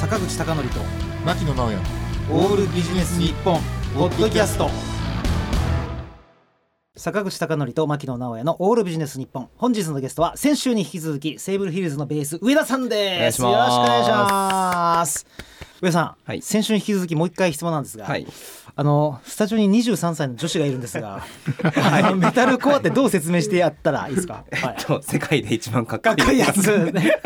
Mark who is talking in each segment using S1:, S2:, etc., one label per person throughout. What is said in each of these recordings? S1: 坂口孝則と
S2: 牧野直哉
S1: オールビジネス日本ポッドキャスト坂口孝則と牧野直哉のオールビジネス日本本日のゲストは先週に引き続きセーブルヒルズのベース上田さんです
S3: お願いします
S1: よろしくお願いします上田さん、
S3: はい
S1: 先週に引き続きもう一回質問なんですが、
S3: はい
S1: あのスタジオに23歳の女子がいるんです が、あのメタルコアってどう説明してやったらいいですか、はい、
S3: と世界で一番かっこ
S1: かっこいい
S3: いい
S1: やつ。ね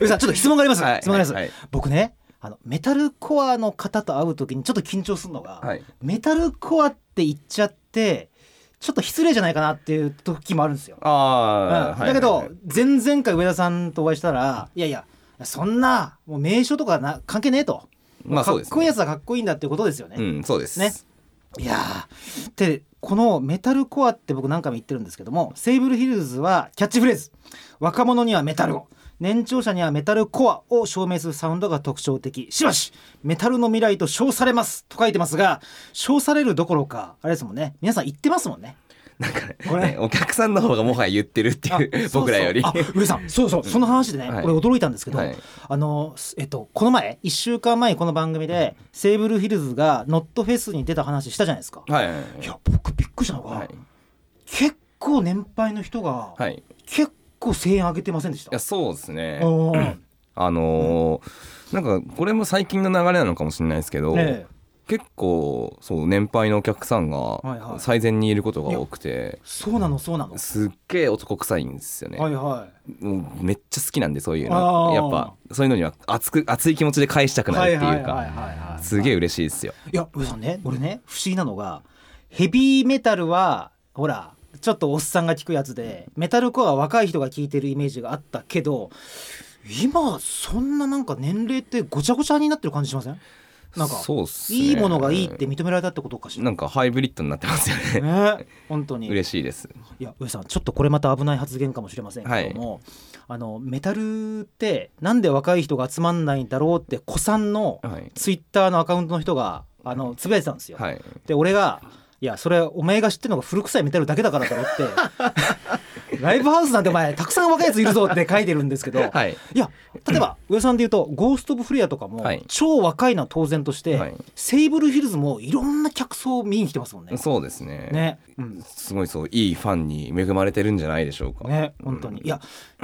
S1: うさん、ちょっと質問があります。
S3: はい
S1: 質問があります。
S3: はいはい
S1: 僕ね、あのメタルコアの方と会うときにちょっと緊張するのが、
S3: はい
S1: メタルコアって言っちゃって、ちょっと失礼じゃないかなっていう時もあるんですよ。
S3: あ
S1: うん
S3: あ、はい
S1: だけど、
S3: はいはい
S1: 前々回上田さんとお会いしたら、いやいや、そんなもう名称とかな関係ねえと。
S3: まあそうです、
S1: かっこいいやつはかっこいいんだっていうことですよね。
S3: うんそうです
S1: ねいやーってこのメタルコアって僕何回も言ってるんですけどもセーブルヒルズはキャッチフレーズ若者にはメタルを年長者にはメタルコアを証明するサウンドが特徴的しばしメタルの未来と称されますと書いてますが称されるどころかあれですもんね皆さん言ってますもんね
S3: なんかね
S1: これ
S3: ねお客さんの方がもはや言ってるっていう 僕らより
S1: あそうそうあ上さんそうそうその話でね、
S3: はい
S1: 俺驚いたんですけど、
S3: はい
S1: あのすえっとこの前1週間前にこの番組でセーブルヒルズがノットフェスに出た話したじゃないですか、
S3: はいはい
S1: いや僕びっくりしたのが、
S3: はい
S1: 結構年配の人が、
S3: はいい
S1: 結構声援上げてませんでした
S3: やそうですね
S1: おー
S3: あのーなんかこれも最近の流れなのかもしれないですけど、
S1: ねえ
S3: 結構そう年配のお客さ
S1: い
S3: ん
S1: は
S3: が
S1: い
S3: 最前にいることが多くて、
S1: そうなのそうなの、
S3: すっげえ男臭いんですよね、
S1: はいはい
S3: もうめっちゃ好きなんでそういう
S1: あ
S3: の
S1: ー
S3: やっぱそういうのには熱く熱い気持ちで返したくなるっていう
S1: はいはい
S3: か
S1: はいはいはい
S3: すげえ嬉しいですよ
S1: いや上さんね俺ね不思議なのがヘビーメタルはほらちょっとおっさんが聞くやつでメタルコアは若い人が聞いてるイメージがあったけど今そんななんか年齢ってごちゃごちゃになってる感じしませんなんか
S3: そうっすね
S1: いいものがいいって認められたってことかしら
S3: なんかハイブリッドになってますよ ね
S1: ね本当に
S3: 嬉しいです
S1: いや上さんちょっとこれまた危ない発言かもしれませんけども、あのメタルってなんで若い人が集まんないんだろうって古参の
S3: はい
S1: ツイッターのアカウントの人があのつぶやいてたんですよ。
S3: はい
S1: で俺が「いやそれお前が知ってるのが古臭いメタルだけだから」と思って「 ライブハウスなんてお前たくさん若いやついるぞ」って書いてるんですけど、
S3: はい
S1: いや例えば上さんで言うと「ゴースト・オブ・フレア」とかも、
S3: はい
S1: 超若いのは当然として、
S3: はい
S1: セーブルヒルズもいろんな客層を見に来てますもんね。
S3: そうですね
S1: ね、うん
S3: すごいそういいファンに恵まれてるんじゃないでしょうか、
S1: ね本当に、いや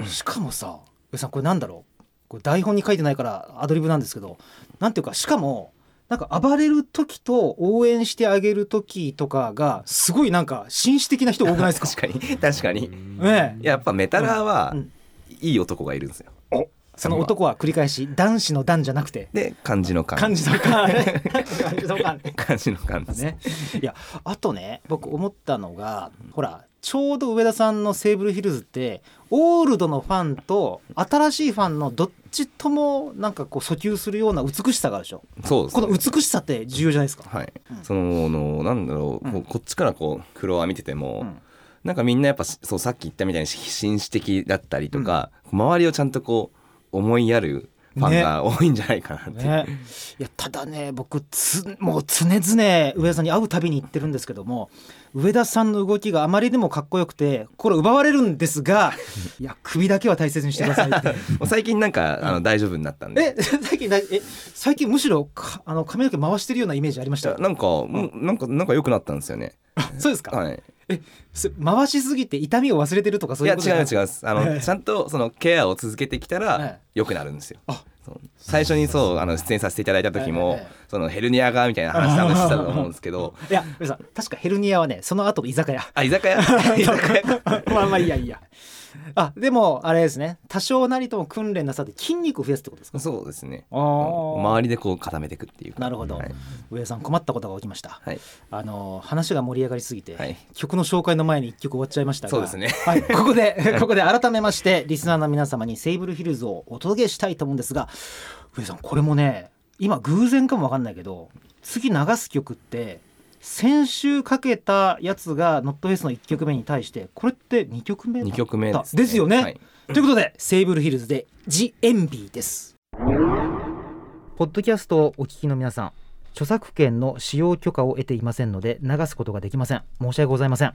S1: しかもさ上さんこれなんだろうこれ台本に書いてないからアドリブなんですけどなんていうかしかもなんか暴れる時と応援してあげる時とかがすごいなんか紳士的な人多くないですか
S3: 確かに確かに
S1: ねえ
S3: やっぱメタラーは
S1: うんうん
S3: いい男がいるんですよ
S1: その男は繰り返し男子の男じゃなくて
S3: で漢字の漢
S1: 漢字とか漢字とか
S3: 漢字の漢です
S1: ね、 いやあとね僕思ったのがほらちょうど上田さんの「セーブルヒルズ」ってオールドのファンと新しいファンのどっちともなんかこう訴求するような美しさがあるでしょ
S3: そうです
S1: こ
S3: ね
S1: の美しさって重要じゃないですか。
S3: はい、
S1: うん
S3: そののなんだろう、
S1: うん
S3: こうこっちからこうフロア見てても、
S1: うん
S3: なんかみんなやっぱそうさっき言ったみたいに紳士的だったりとか、周りをちゃんとこう思いやるファンが多いんじゃないかなっていう、
S1: ね、いやただね僕つもう常々上田さんに会うたびに言ってるんですけども上田さんの動きがあまりにもかっこよくて心奪われるんですがいや首だけは大切にしてくださいって
S3: もう最近なんか、あの大丈夫になったんで
S1: え 最近なえ最近むしろかあの髪の毛回してるようなイメージありまし
S3: じ
S1: た
S3: ゃあなんか、もうなんかなんか良くなったんですよね。
S1: そうですか、
S3: はい、
S1: えそ回しすぎて痛みを忘れてるとかそ
S3: い
S1: い
S3: うや
S1: うこと
S3: 違う違う
S1: う違う
S3: ですあの、
S1: はい
S3: ちゃんとそのケアを続けてきた
S1: はい
S3: ら良くなるんですよ。
S1: あ
S3: そう最初にそうあの出演させていただいた時も、
S1: はいはいはい
S3: そのヘルニアがみたいな話多分してたと思うんですけど
S1: いや皆さん確かヘルニアはねその後の居酒屋
S3: あ居酒屋居酒屋
S1: まあまあいいやいいやあでもあれですね多少なりとも訓練なさって筋肉を増やすってことですか
S3: そうですね。
S1: あー
S3: 周りでこう固めていくっていうか。
S1: なるほど、
S3: はい。
S1: 上田さん困ったことが起きました、
S3: はい
S1: あの話が盛り上がりすぎて、
S3: はい
S1: 曲の紹介の前に一曲終わっちゃいましたが
S3: そうですね
S1: はい、ここでここで改めましてリスナーの皆様に「セイブルヒルズ」をお届けしたいと思うんですが上田さんこれもね今偶然かも分かんないけど次流す曲って先週かけたやつが「ノットフェスの1曲目に対してこれって2曲目だった
S3: 二曲目ですね
S1: ですよね、
S3: はい
S1: ということで「セイブルヒルズ」で「ジ・エンビー」です。ポッドキャストをお聞きの皆さん、著作権の使用許可を得ていませんので、流すことができません。申し訳ございません。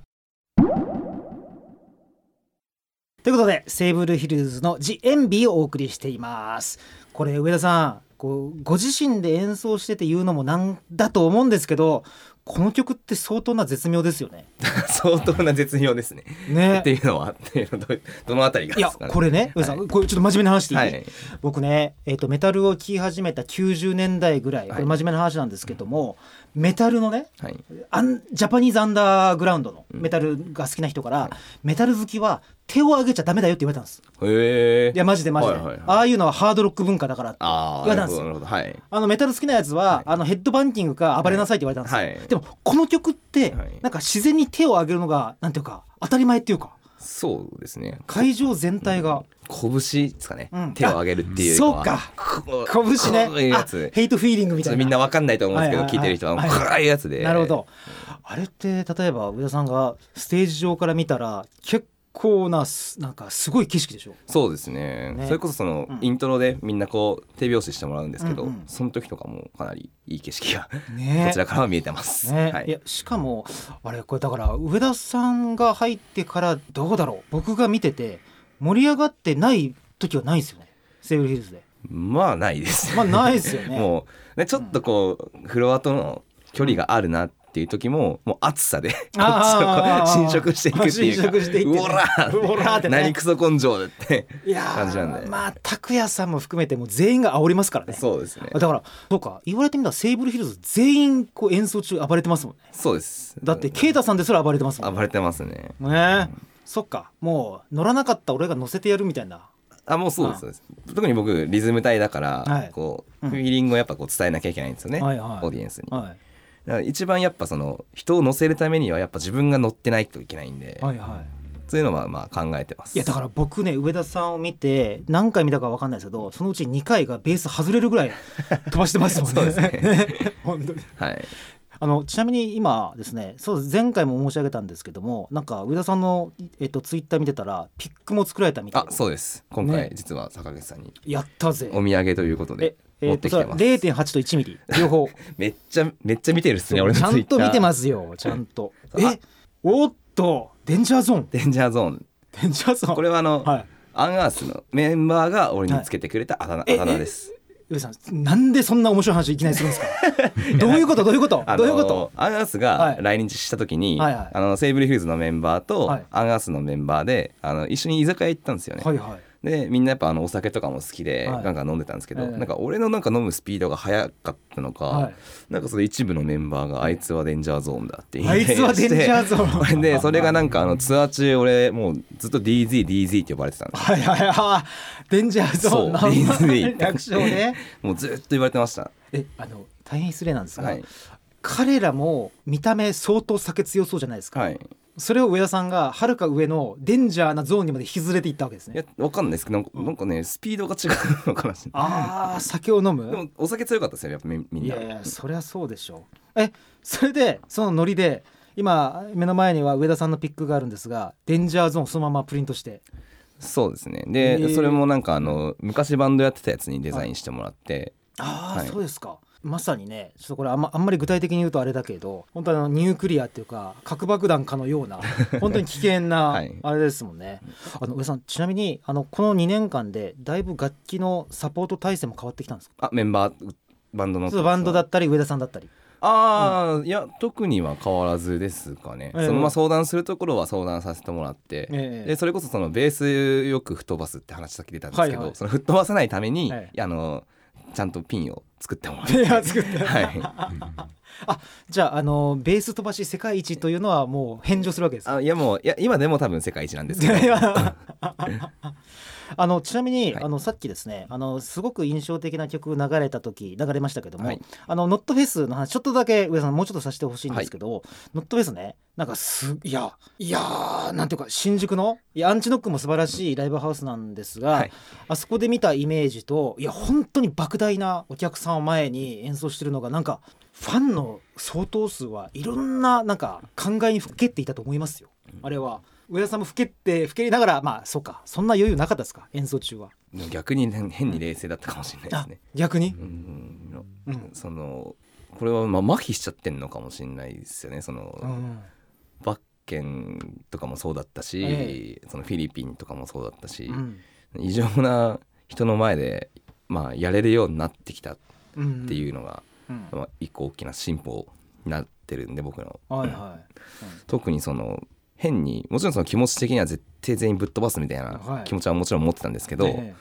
S1: ということで、セーブルヒルズのジ・エンビーをお送りしています。これ、上田さん、こうご自身で演奏してて言うのもなんだと思うんですけどこの曲って相当な絶妙ですよね。
S3: 相当な絶妙ですね。
S1: ね
S3: っていうのはっていうのはどうどのあたりが
S1: い
S3: で
S1: や
S3: すかね。
S1: これね、上田さんこれちょっと真面目な話していい、
S3: はい
S1: 僕ね、えー、とメタルを聴き始めた90年代ぐらいこれ真面目な話なんですけども、メタルのね
S3: はい
S1: アンジャパニーズアンダーグラウンドのメタルが好きな人から、メタル好きは手を上げちゃダメだよって言われたんです
S3: へえ。
S1: いやマジでマジで、
S3: はいはいはい
S1: ああいうのはハードロック文化だからって
S3: ああ
S1: 嫌な
S3: な
S1: ん
S3: る
S1: ですよ
S3: ほどなるほどはい。
S1: あのメタル好きなやつは、あのヘッドバンキングか暴れなさいって言われたんですよ、
S3: はい
S1: でもこの曲って、
S3: はい
S1: なんか自然に手を上げるのがなんていうか当たり前っていうか
S3: そうですね。
S1: 会場全体が、
S3: 拳ですかね、
S1: うん
S3: 手を上げるっていうよりか
S1: そう
S3: は
S1: か
S3: こう
S1: 拳
S3: こ
S1: ね
S3: ういうや
S1: あ
S3: つ
S1: ヘイトフィーリングみ
S3: ちょ
S1: たいな
S3: っとみんなわかんないと思うんですけど、
S1: はいはい
S3: 聞いてる人はも
S1: は
S3: う
S1: い
S3: こういうやつで
S1: なるほどあれって例えば上田さんがステージ上から見たら結構なすなんかすごい景色でしょ
S3: そうですね
S1: ね
S3: それこそその、
S1: うん
S3: イントロでみんなこう手拍子してもらうんですけど、
S1: うんうん
S3: その時とかもかなりいい景色が
S1: ね
S3: こちらからは見えてます、
S1: ね、
S3: はい
S1: やしかもあれこれだから上田さんが入ってからどうだろう僕が見てて盛り上がってない時はないですよねセーブルヒルズで
S3: まあないです
S1: まあないですよね
S3: もうねちょっとこう、フロアとの距離があるなっていう時ももう暑さでこっちをこ
S1: あー
S3: う侵食していくっていう
S1: 侵
S3: か
S1: 食していってね
S3: うおらー
S1: うおらーってね
S3: 何クソ根性だって
S1: いやー
S3: 感じなんで
S1: まあ拓也さんも含めてもう全員が煽りますからね
S3: そうですね
S1: だからそうか言われてみたらセーブルヒルズ全員こう演奏中暴れてますもんね
S3: そうです
S1: だって啓太さんですら暴れてますもんね
S3: 暴れてますね
S1: ねそっかもう乗らなかった俺が乗せてやるみたいな
S3: あもうそうですそうです特に僕リズム体だから、
S1: はい
S3: こ
S1: う
S3: うんフィーリングをやっぱこう伝えなきゃいけないんですよね、
S1: はいはい
S3: オーディエンスに、だか
S1: は
S3: ら一番やっぱその人を乗せるためにはやっぱ自分が乗ってないといけないんで、
S1: いはいはい
S3: そういうのはまあ考えてます
S1: いやだからら僕ね上田さんを見て何回見たかわかんないですけどそのうち2回がベース外れるぐらい飛ばしてますもんね。
S3: そうですね
S1: 本当に
S3: はい
S1: あのちなみに今ですねそう前回も申し上げたんですけどもなんか上田さんの、えっと、ツイッター見てたらピックも作られたみたい
S3: あ
S1: で
S3: そうです今回
S1: ね
S3: 実は坂口さんに
S1: やったぜ
S3: お土産ということで持
S1: え
S3: っ
S1: ってと
S3: き
S1: それ
S3: て
S1: は
S3: ま
S1: 0.8
S3: す、
S1: と1ミリ両 方
S3: めっちゃめっちゃ見てるっす
S1: ち
S3: ね俺の
S1: ゃんと見てますすよちゃんと
S3: あ
S1: えおっとデンジャーゾーン
S3: デンジャーゾーン
S1: デンジャーゾーン
S3: これはあの、
S1: はい
S3: アンアースのメンバーが俺につけてくれたあだ名,、
S1: いえ
S3: あだ名です
S1: 上田さんなんでそんな面白い話いきなりするんですかどういうことどういうこと
S3: あの
S1: どういうこと
S3: アンアース
S1: は
S3: が
S1: い
S3: 来日した時に、
S1: はいはい
S3: あのセーブルヒューズのメンバーと、
S1: はい
S3: アンアースのメンバーであの一緒に居酒屋行ったんですよね、
S1: はいはい
S3: でみんなやっぱあのお酒とかも好きで、
S1: はい
S3: ガンガン飲んでたんですけど、
S1: ええ
S3: なんか俺のなんか飲むスピードが速かったのか、
S1: はい
S3: なんかその一部のメンバーが「あいつはデンジャーゾーンだ」って言
S1: あいつはデンジャーゾーン
S3: ーン でそれがなんかあのツアー中俺もうずっと DZDZ って呼ばれてたんです
S1: はいはいはいデンジャーゾーンの
S3: そうディズニ ー
S1: 略称ね
S3: もうずっと言われてました
S1: えあの大変失礼なんですが、
S3: はい
S1: 彼らも見た目相当酒強そうじゃないですか、
S3: はい
S1: それを上田さんがはるか上のデンジャーなゾーンにまで引きずれていったわけです
S3: いや
S1: ね
S3: わかんないですけどなんかなんかねスピードが違うのかな
S1: あー酒を飲む
S3: でもお酒強かったですよやっぱみみん
S1: い
S3: な
S1: やいやそりゃそうでしょうえそれでそのノリで今目の前には上田さんのピックがあるんですがデンジャーゾーンをそのままプリントして
S3: そうですねで、
S1: えー
S3: それもなんかあの昔バンドやってたやつにデザインしてもらって、
S1: ああ、
S3: はい
S1: そうですかまさにねちょっとこれあん,、まあんまり具体的に言うとあれだけど本当あのニュークリアっていうか核爆弾かのよう な本当に危険な
S3: はい
S1: あれですもんね、あの上田さんちなみにあのこの2年間でだいぶ楽器のサポート体制も変わってきたんですか
S3: あメンバーバンドの
S1: ちょっとバンドだったり上田さんだったり
S3: ああ、いや特には変わらずですかね、
S1: ええ
S3: そのまま相談するところは相談させてもらって、
S1: ええ
S3: でそれこそそのベースよく吹っ飛ばすって話さっき出たんですけど、
S1: はいはい
S3: その吹っ飛ばさないために、
S1: え
S3: あのちゃんとピンを作ってもらっ
S1: ペ
S3: て。
S1: ア作って
S3: はい、
S1: じゃああのベース飛ばし世界一というのはもう返上するわけですか
S3: あいやもういや今でも多分世界一なんですけど
S1: いや あのちなみに、
S3: はい
S1: あのさっきですねあのすごく印象的な曲流れた時流れましたけども、
S3: はい
S1: あのノットフェスの話ちょっとだけ上田さんもうちょっとさせてほしいんですけど、ノットフェスねなんかすいやいやーなんていうか新宿のいやアンチノックも素晴らしいライブハウスなんですが、
S3: はい
S1: あそこで見たイメージといや本当に莫大なお客さんを前に演奏してるのがなんかファンの相当数はいろんななんか考えにふけっていたと思いますよ、あれは上田さんもふけってふけりながらまあそうかそんな余裕なかったですか演奏中は
S3: でも逆にね変に冷静だったかもしれないです
S1: あ
S3: ね。
S1: 逆に
S3: うん
S1: うん、
S3: そのこれはまあ麻痺しちゃってんのかもしれないですよねその、
S1: うん
S3: バッケンとかもそうだったし、
S1: え
S3: そのフィリピンとかもそうだったし、
S1: うん
S3: 異常な人の前でまあ、やれるようになってきたっていう
S1: の、
S3: のが、
S1: うん
S3: まあ、一個大きな進歩になってるんで僕の
S1: はいはい
S3: 特にその変にもちろんその気持ち的には絶対全員ぶっ飛ばすみたい
S1: は
S3: ない気持ちはもちろん持ってたんですけど、
S1: え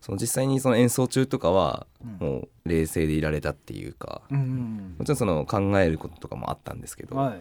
S3: その実際にその演奏中とかは
S1: うん
S3: もう冷静でいられたっていうか、
S1: えうん
S3: もちろんその考えることとかもあったんですけど、
S1: はい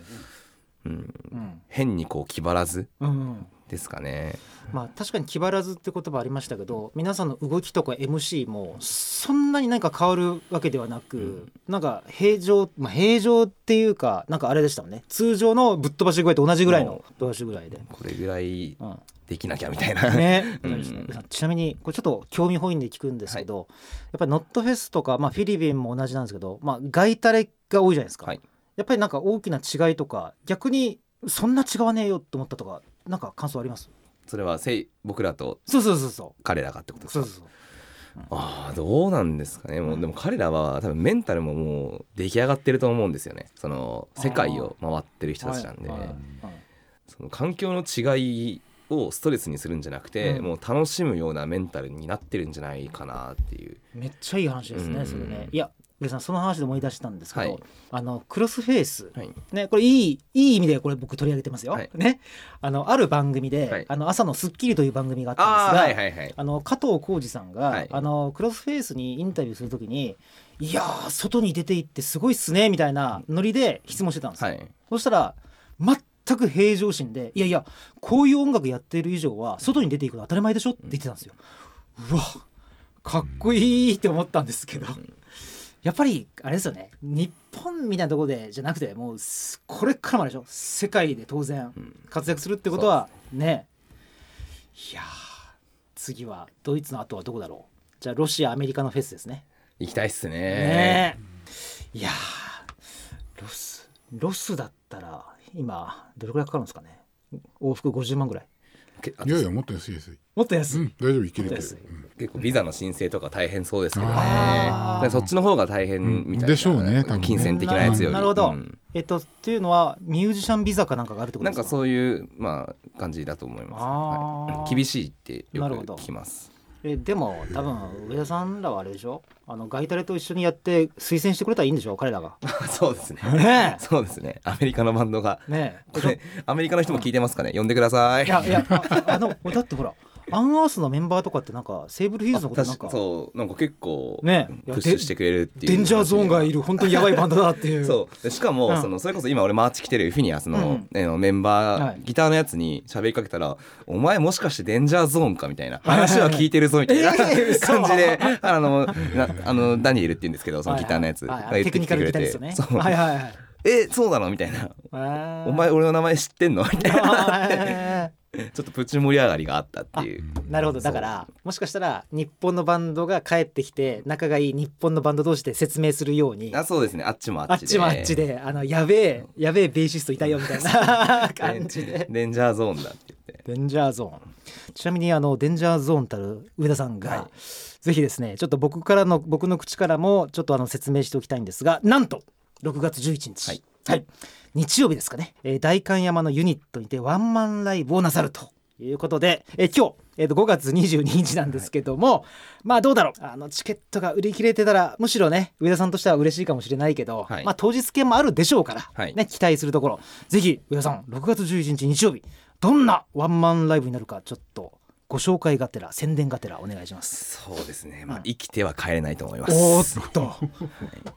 S3: うん、
S1: うん
S3: 変にこう気張らず
S1: うん
S3: ですかね。
S1: まあ確かに気張らずって言葉ありましたけど皆さんの動きとか MC もそんなに何か変わるわけではなく、
S3: うん
S1: なんか平常、まあ、平常っていうかなんかあれでしたもんね通常のぶっ飛ばし具合と同じぐらいのぶっ飛ばし具合で。
S3: これぐらい
S1: うん
S3: できなきゃみたいな、
S1: ね、
S3: うん
S1: ちなみにこれちょっと興味本位で聞くんですけど、やっぱりノットフェスとか、まあ、フィリピンも同じなんですけど、まあ、外タレが多いじゃないですか、
S3: はい
S1: やっぱりなんか大きな違いとか逆にそんな違わねえよと思ったとかなんか感想あります
S3: それはせい僕らと
S1: そうそうそうそ
S3: 彼らがってこ
S1: う
S3: とです
S1: そう
S3: か
S1: そう
S3: ああどうなんですかね
S1: う
S3: もうんでも彼らは多分メンタルももう出来上がってると思うんですよねその世界を回ってる人たちなんで、
S1: はいはい
S3: その環境の違いをストレスにするんじゃなくて、
S1: うん
S3: もう楽しむようなメンタルになってるんじゃないかなっていう
S1: めっちゃいい話ですね、
S3: うん
S1: それねいや上さんその話で思い出したんですけど、
S3: はい
S1: あのクロスフェイス
S3: はい
S1: ね、これいいいい意味でこれ僕取り上げてますよ。
S3: はい
S1: ね、あのある番組で、
S3: はい
S1: あの朝の『スッキリ』という番組があったんです
S3: ああ
S1: が、
S3: はいはいはい
S1: あの加藤浩次さんが、
S3: はい
S1: あのクロスフェイスにインタビューするときに「いやー外に出ていってすごいっすね」みたいなノリで質問してたんですよ。
S3: はい
S1: そしたら全く平常心で「いやいやこういう音楽やってる以上は外に出ていくのは当たり前でしょ」って言ってたんですよ。うわかっこいいって思ったんですけど、やっぱりあれですよね日本みたいなところでじゃなくてもうすこれからもあれでしょ世界で当然
S3: うん
S1: 活躍するってことはねいやー次はドイツの後はどこだろうじゃあロシアアメリカのフェスですね
S3: 行きたいっすね
S1: ねえいやーロスロスだったら今どれくらいかかるんですかね往復50万ぐらい
S3: けあ
S2: いやいやもっと安い安い。
S1: もっと安
S2: う
S1: い、
S2: ん大丈夫いけるいける
S1: そうで
S2: うん
S3: 結構ビザの申請とか大変そうですけどね
S1: あー
S3: でそっちの方が大変みたいな
S2: でしょうね多分ね
S3: 金銭的なやつより
S1: なるほど、
S3: うん
S1: えっとっていうのはミュージシャンビザかなんかがあるってこと
S3: な
S1: で
S3: ん
S1: すか
S3: かそういうまあ感じだと思います、
S1: あー
S3: はい厳しいってよ
S1: なる
S3: く
S1: ほど
S3: 聞きます
S1: えでも多分上田さんらはあれでしょあのガイタレと一緒にやって推薦してくれたらいいんでしょ彼ら が
S3: そうですね
S1: ね
S3: そうですねアメリカのバンドが
S1: えねえ
S3: これ アメリカの人も聞いてますかね呼んでください
S1: いやいやああの だってほらアンアースのメンバーとかってなんかセーブルヒーズのことなんか
S3: あ確そうなんか結構
S1: ねい
S3: プ
S1: や
S3: ッシュしてくれるっていう
S1: デンジャーゾーンがいる本当にやばいバンドだっていう
S3: そうでしか
S1: う
S3: も
S1: ん
S3: そのそれこそ今俺マーチ来てるフィニアス
S1: う
S3: の
S1: ん
S3: あのメンバ
S1: はい
S3: ーギターのやつに喋りかけたら「お前もしかしてデンジャーゾーンか?」みたいな「話は聞いてるぞ」みたいな
S1: えー
S3: 感じであのなあのダニエルって言うんですけどそのギターのやつ
S1: はいはい
S3: が
S1: はい
S3: 言っ
S1: テク
S3: てき
S1: ニ
S3: て
S1: カ
S3: く
S1: ルギ
S3: れ
S1: タリ
S3: て
S1: ストね
S3: そう
S1: はいはいはい
S3: えそうなの?」みたいな「お前俺の名前知ってんの?」みた いな
S1: 前
S3: ちょっとプチ盛り上がりがあったっていう
S1: なるほどだからもしかしたら日本のバンドが帰ってきて仲がいい日本のバンド同士で説明するように
S3: あそうですねあっちもあ
S1: あ
S3: っ
S1: っ
S3: ちで
S1: ちもあっちで、あのやべえ、やべえベーシストいたよみたいな 感じで。
S3: デンジャーゾーンだって言って
S1: デンジャーゾーン。ちなみに、あのデンジャーゾーンたる上田さんが、
S3: は
S1: ぜひですね、ちょっと僕からの、僕の口からも、ちょっとあの説明しておきたいんですが、なんと。6月11日、
S3: はい
S1: はい日曜日ですかね、えー、大観山のユニットにてワンマンライブをなさるということで、えー今日、えーと5月22日なんですけども、まあどうだろうあのチケットが売り切れてたらむしろね上田さんとしては嬉しいかもしれないけど、
S3: はい
S1: まあ当日券もあるでしょうから、
S3: はい
S1: ね、期待するところぜひ上田さん6月11日日曜日どんなワンマンライブになるかちょっとご紹介がてら宣伝がてらお願いします。
S3: そうですねま
S1: う
S3: あ
S1: ん
S3: 生きては帰れないと思います
S1: おーっと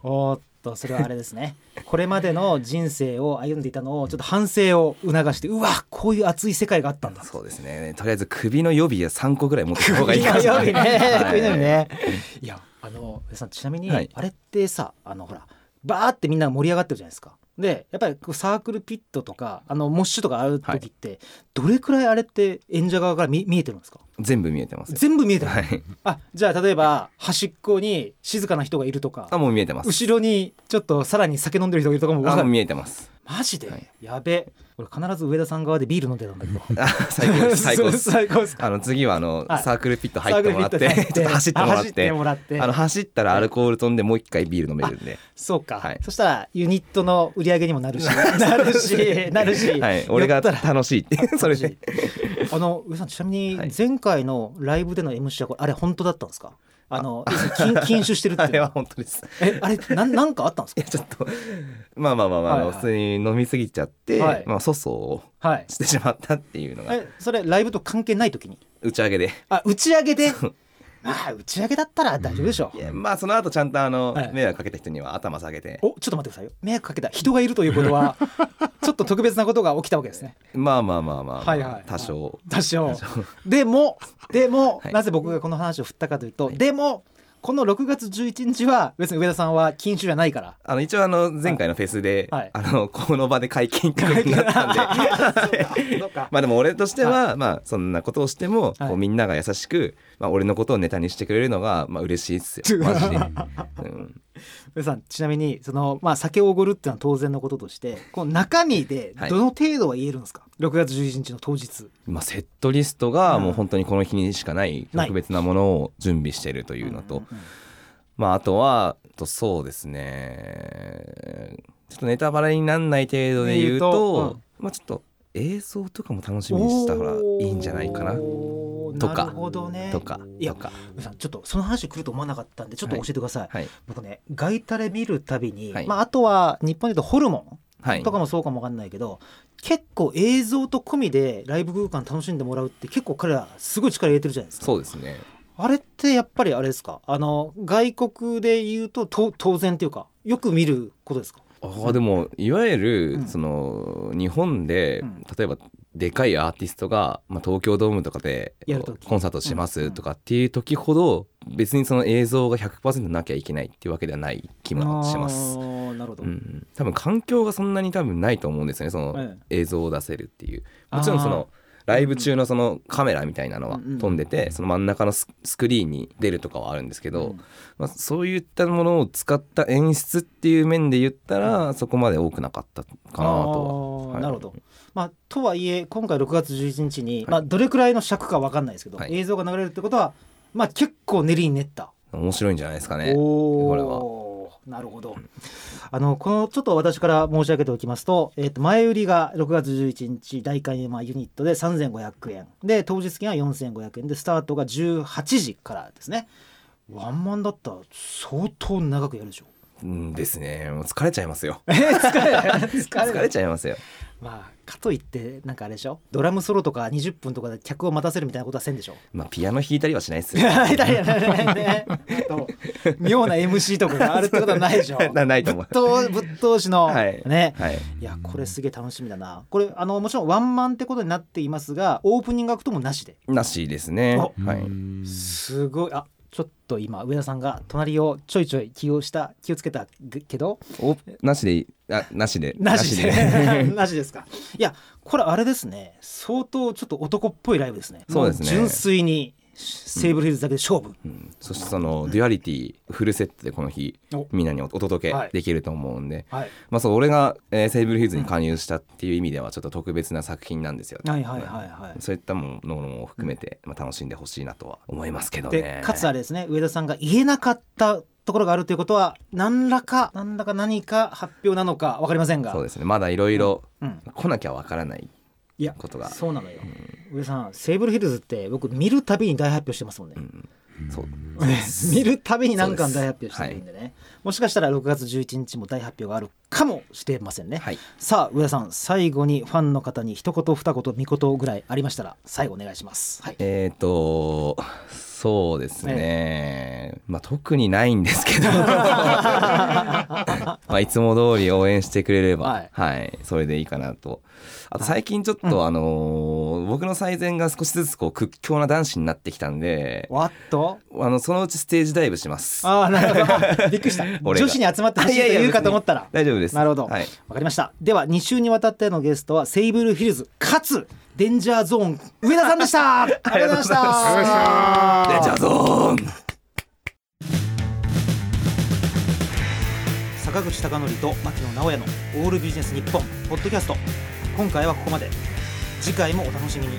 S1: おーっとそれはあれですねこれまでの人生を歩んでいたのをちょっと反省を促してうわこういう熱い世界があったんだ
S3: そうですね。とりあえず首の予備は三個ぐらい持ってた方がいいかも
S1: 火
S3: しれな
S1: 曜
S3: い。
S1: 日ね
S3: はい
S1: 火曜日ねいやあのさちなみに、
S3: はい
S1: あれってさあのほらバーってみんな盛り上がってるじゃないですかでやっぱりこうサークルピットとかあのモッシュとかある時って、どれくらいあれって演者側から見見えてるんですか
S3: 全部見えてますよ。
S1: 全部見えてる、
S3: はい。
S1: あじゃあ例えば端っこに静かな人がいるとか
S3: あもう見えてます。
S1: 後ろにちょっとさらに酒飲んでる人がいるとかも分
S3: あ
S1: か
S3: もう
S1: る
S3: 見えてます。
S1: マジで、
S3: はい
S1: やべ俺必ず上田さん側でビール飲んでたんだけど
S3: あ最高 です。最高です。
S1: 最高ですか
S3: あの次はあの
S1: はい
S3: サークルピット入ってもらって
S1: サークルフィットに入、
S3: ちょっと走ってもらっ
S1: 走って
S3: て。
S1: もらって
S3: あの走ったらアルコール飛んでもう一回ビール飲めるんで、
S1: そうか、
S3: はい
S1: そしたらユニットの 売り上げにもなるしなるしなるし、
S3: はい、俺が
S1: やったら
S3: 楽しいってそれで
S1: あの上さんちなみに
S3: はい
S1: 前回のライブでの MC はこれあれ本当だったんですかあの禁 禁酒してるって
S3: あ
S1: いう
S3: れ
S1: の
S3: は
S1: は
S3: 本当です。
S1: えあれなんなんかあったんです
S3: いやちょっとまあまあまあまあ、
S1: はいはい
S3: 普通に飲みすぎちゃって、
S1: はい
S3: まあ粗相を
S1: かはい
S3: してしまったっていうのが
S1: えそれライブと関係ない時に
S3: 打ち上げで
S1: あ打ち上げでまあ打ち上げだったら大丈夫でしょ
S3: いやまあその後ちゃんとあの、
S1: はい
S3: 迷惑かけた人には頭下げて
S1: うおちょっと待ってくださいよ迷惑かけた人がいるということ はちょっと特別なことが起きたわけですね
S3: まあまあまあまあ、まあ
S1: はいはい
S3: 多少
S1: 多少で もでも、
S3: はい
S1: なぜ僕がこの話を振ったかというと、
S3: はい
S1: でもこの6月11日は別に上田さんは禁酒じゃない から
S3: あの一応あの前回のフェスで、
S1: はい
S3: あのこの場で解禁ってことになったんで まあでも俺としては、まあそんなことをしても、
S1: はい
S3: こうみんなが優しく、まあ、俺のことをネタにしてくれるのがまあ嬉しいっす よマジで、うん、
S1: 上田さんちなみにその、まあ、酒をおごるっていうのは当然のこととしてこの中身で
S3: はい
S1: どの程度は言えるんですか、6月11日の当日
S3: まあセットリストがもう本当にこの日にしかない
S1: ない
S3: 特別なものを準備しているというのと、まああとはあとそうですねちょっとネタバレになんない程度で言
S1: 言
S3: うと
S1: うと
S3: まあちょっと映像とかも楽しみにしたらいいんじゃないかなと
S1: と
S3: か
S1: なるほどね
S3: とか
S1: いや
S3: とか
S1: 上田さんちょっとその話来ると思わなかったんでちょっと教えてください、
S3: はい
S1: 僕ね外タレ見るたびに、
S3: はい
S1: まあ、あとは日本で言うとホルモン
S3: はい
S1: とかもそうかもわかんないけど、結構映像と込みでライブ空間楽しんでもらうって結構彼らすごい力入れてるじゃないですか
S3: そうですね
S1: あれってやっぱりあれですかあの外国で言うとと当然っていうかよく見ることですか
S3: あーでもいわゆる、
S1: うん
S3: その日本で、
S1: うん
S3: 例えばでかいアーティストが、まあ、東京ドームとかで
S1: やる時
S3: コンサートしますとかっていう時ほど、別にその映像が100%なきゃいけないっていうわけではない気もします。
S1: あーなるほど、
S3: うん、多分環境がそんなに多分ないと思うんですよねその
S1: え
S3: 映像を出せるっていうもちろんそのライブ中のそのカメラみたいなのは
S1: うんうん
S3: 飛んでてその真ん中のススクリーンに出るとかはあるんですけ
S1: う
S3: ど、
S1: ん
S3: まあ、そういったものを使った演出っていう面で言ったらそこまで多くなかったかなとは。
S1: あー
S3: はい
S1: なるほど、まあ、とはいえ今回6月11日に、まあ、どれくらいの尺かわかんないですけど、
S3: はい
S1: 映像が流れるってことは、まあ、結構練りに練った
S3: 面白いんじゃないですかね。
S1: お
S3: これ
S1: は。なるほど。あのこのちょっと私から申し上げておきますと、えっ、と前売りが6月11日大会まあユニットで3500円で当日券は4500円でスタートが18時からですね。ワンマンだったら相当長くやるでしょ。
S3: うんですね。もう疲れちゃいますよ。
S1: え 疲れ
S3: 疲れ
S1: ゃ
S3: ちゃいますよ。
S1: う。 まあかといってなんかあれでしょ。ドラムソロとか20分とかで客を待たせるみたいなことはせんでしょ。
S3: まあピアノ弾いたりはしないで す
S1: い
S3: よ。
S1: やいやいやいや あと妙な MC とかがあるってことは ないでしょ。
S3: なないと思う。
S1: ぶっ通ぶっ通しの、
S3: はい
S1: ね
S3: はい。
S1: いやこれすげえ楽しみだなこれあのもちろんワンマンってことになっていますがオープニングアクトもなしで
S3: なしですね。
S1: お
S3: はい。
S1: すごいあちょっと今上田さんが隣をちょいちょい気をした気をつけたけど
S3: おなしでいいあなしで
S1: なしで なしですかいやこれあれですね相当ちょっと男っぽいライブですね
S3: そうですね
S1: も純粋にセーブルヒルズだけで勝負、
S3: うんそしてそのデュアリティフルセットでこの日
S1: お
S3: みんなにお届
S1: はい
S3: けできると思うんで、
S1: はい、
S3: まあそう俺が、えーセーブルヒルズに加入したっていう意味ではちょっと特別な作品なんですよ、
S1: はいはいはいはい
S3: そういったものも含めて、まあ、楽しんでほしいなとは思いますけどね
S1: でかつあれですね上田さんが言えなかったところがあるということは何らか何らか何か発表なのか分かりませんが
S3: そうですねまだいろいろ
S1: うん、
S3: 来なきゃわからない
S1: いや
S3: ことが
S1: そうなのよ、上田さんセーブルヒルズって僕見るたびに大発表してますもんね、
S3: そう
S1: 見るたびに何巻大発表してるんでねもしかしたら6月11日も大発表があるかもしれませんね、
S3: はい
S1: さあ上田さん最後にファンの方に一言二言三言ぐらいありましたら最後お願いしますはい
S3: えっ、とそうですね、まあ特にないんです けどまあいつも通り応援してくれれば
S1: は
S3: はいい、それでいいかなとあと最近ちょっと、あのー僕の最善が少しずつこう屈強な男子になってきたんで
S1: わっと
S3: あのそのうちステージダイブします
S1: ああなるほ どびっくりした女
S3: 俺が
S1: 子に集まってほしいと
S3: いやいや
S1: 言うかと思ったら
S3: 大丈夫です
S1: なるほど、わ
S3: はい、
S1: かりましたでは2週にわたってのゲストはセイブルヒルズかつデンジャーゾーン上田さんでした ありがとうございました
S3: でじゃあゾーン
S1: 坂口貴則と牧野直哉の「オールビジネス日本ポッドキャスト今回はここまで次回もお楽しみに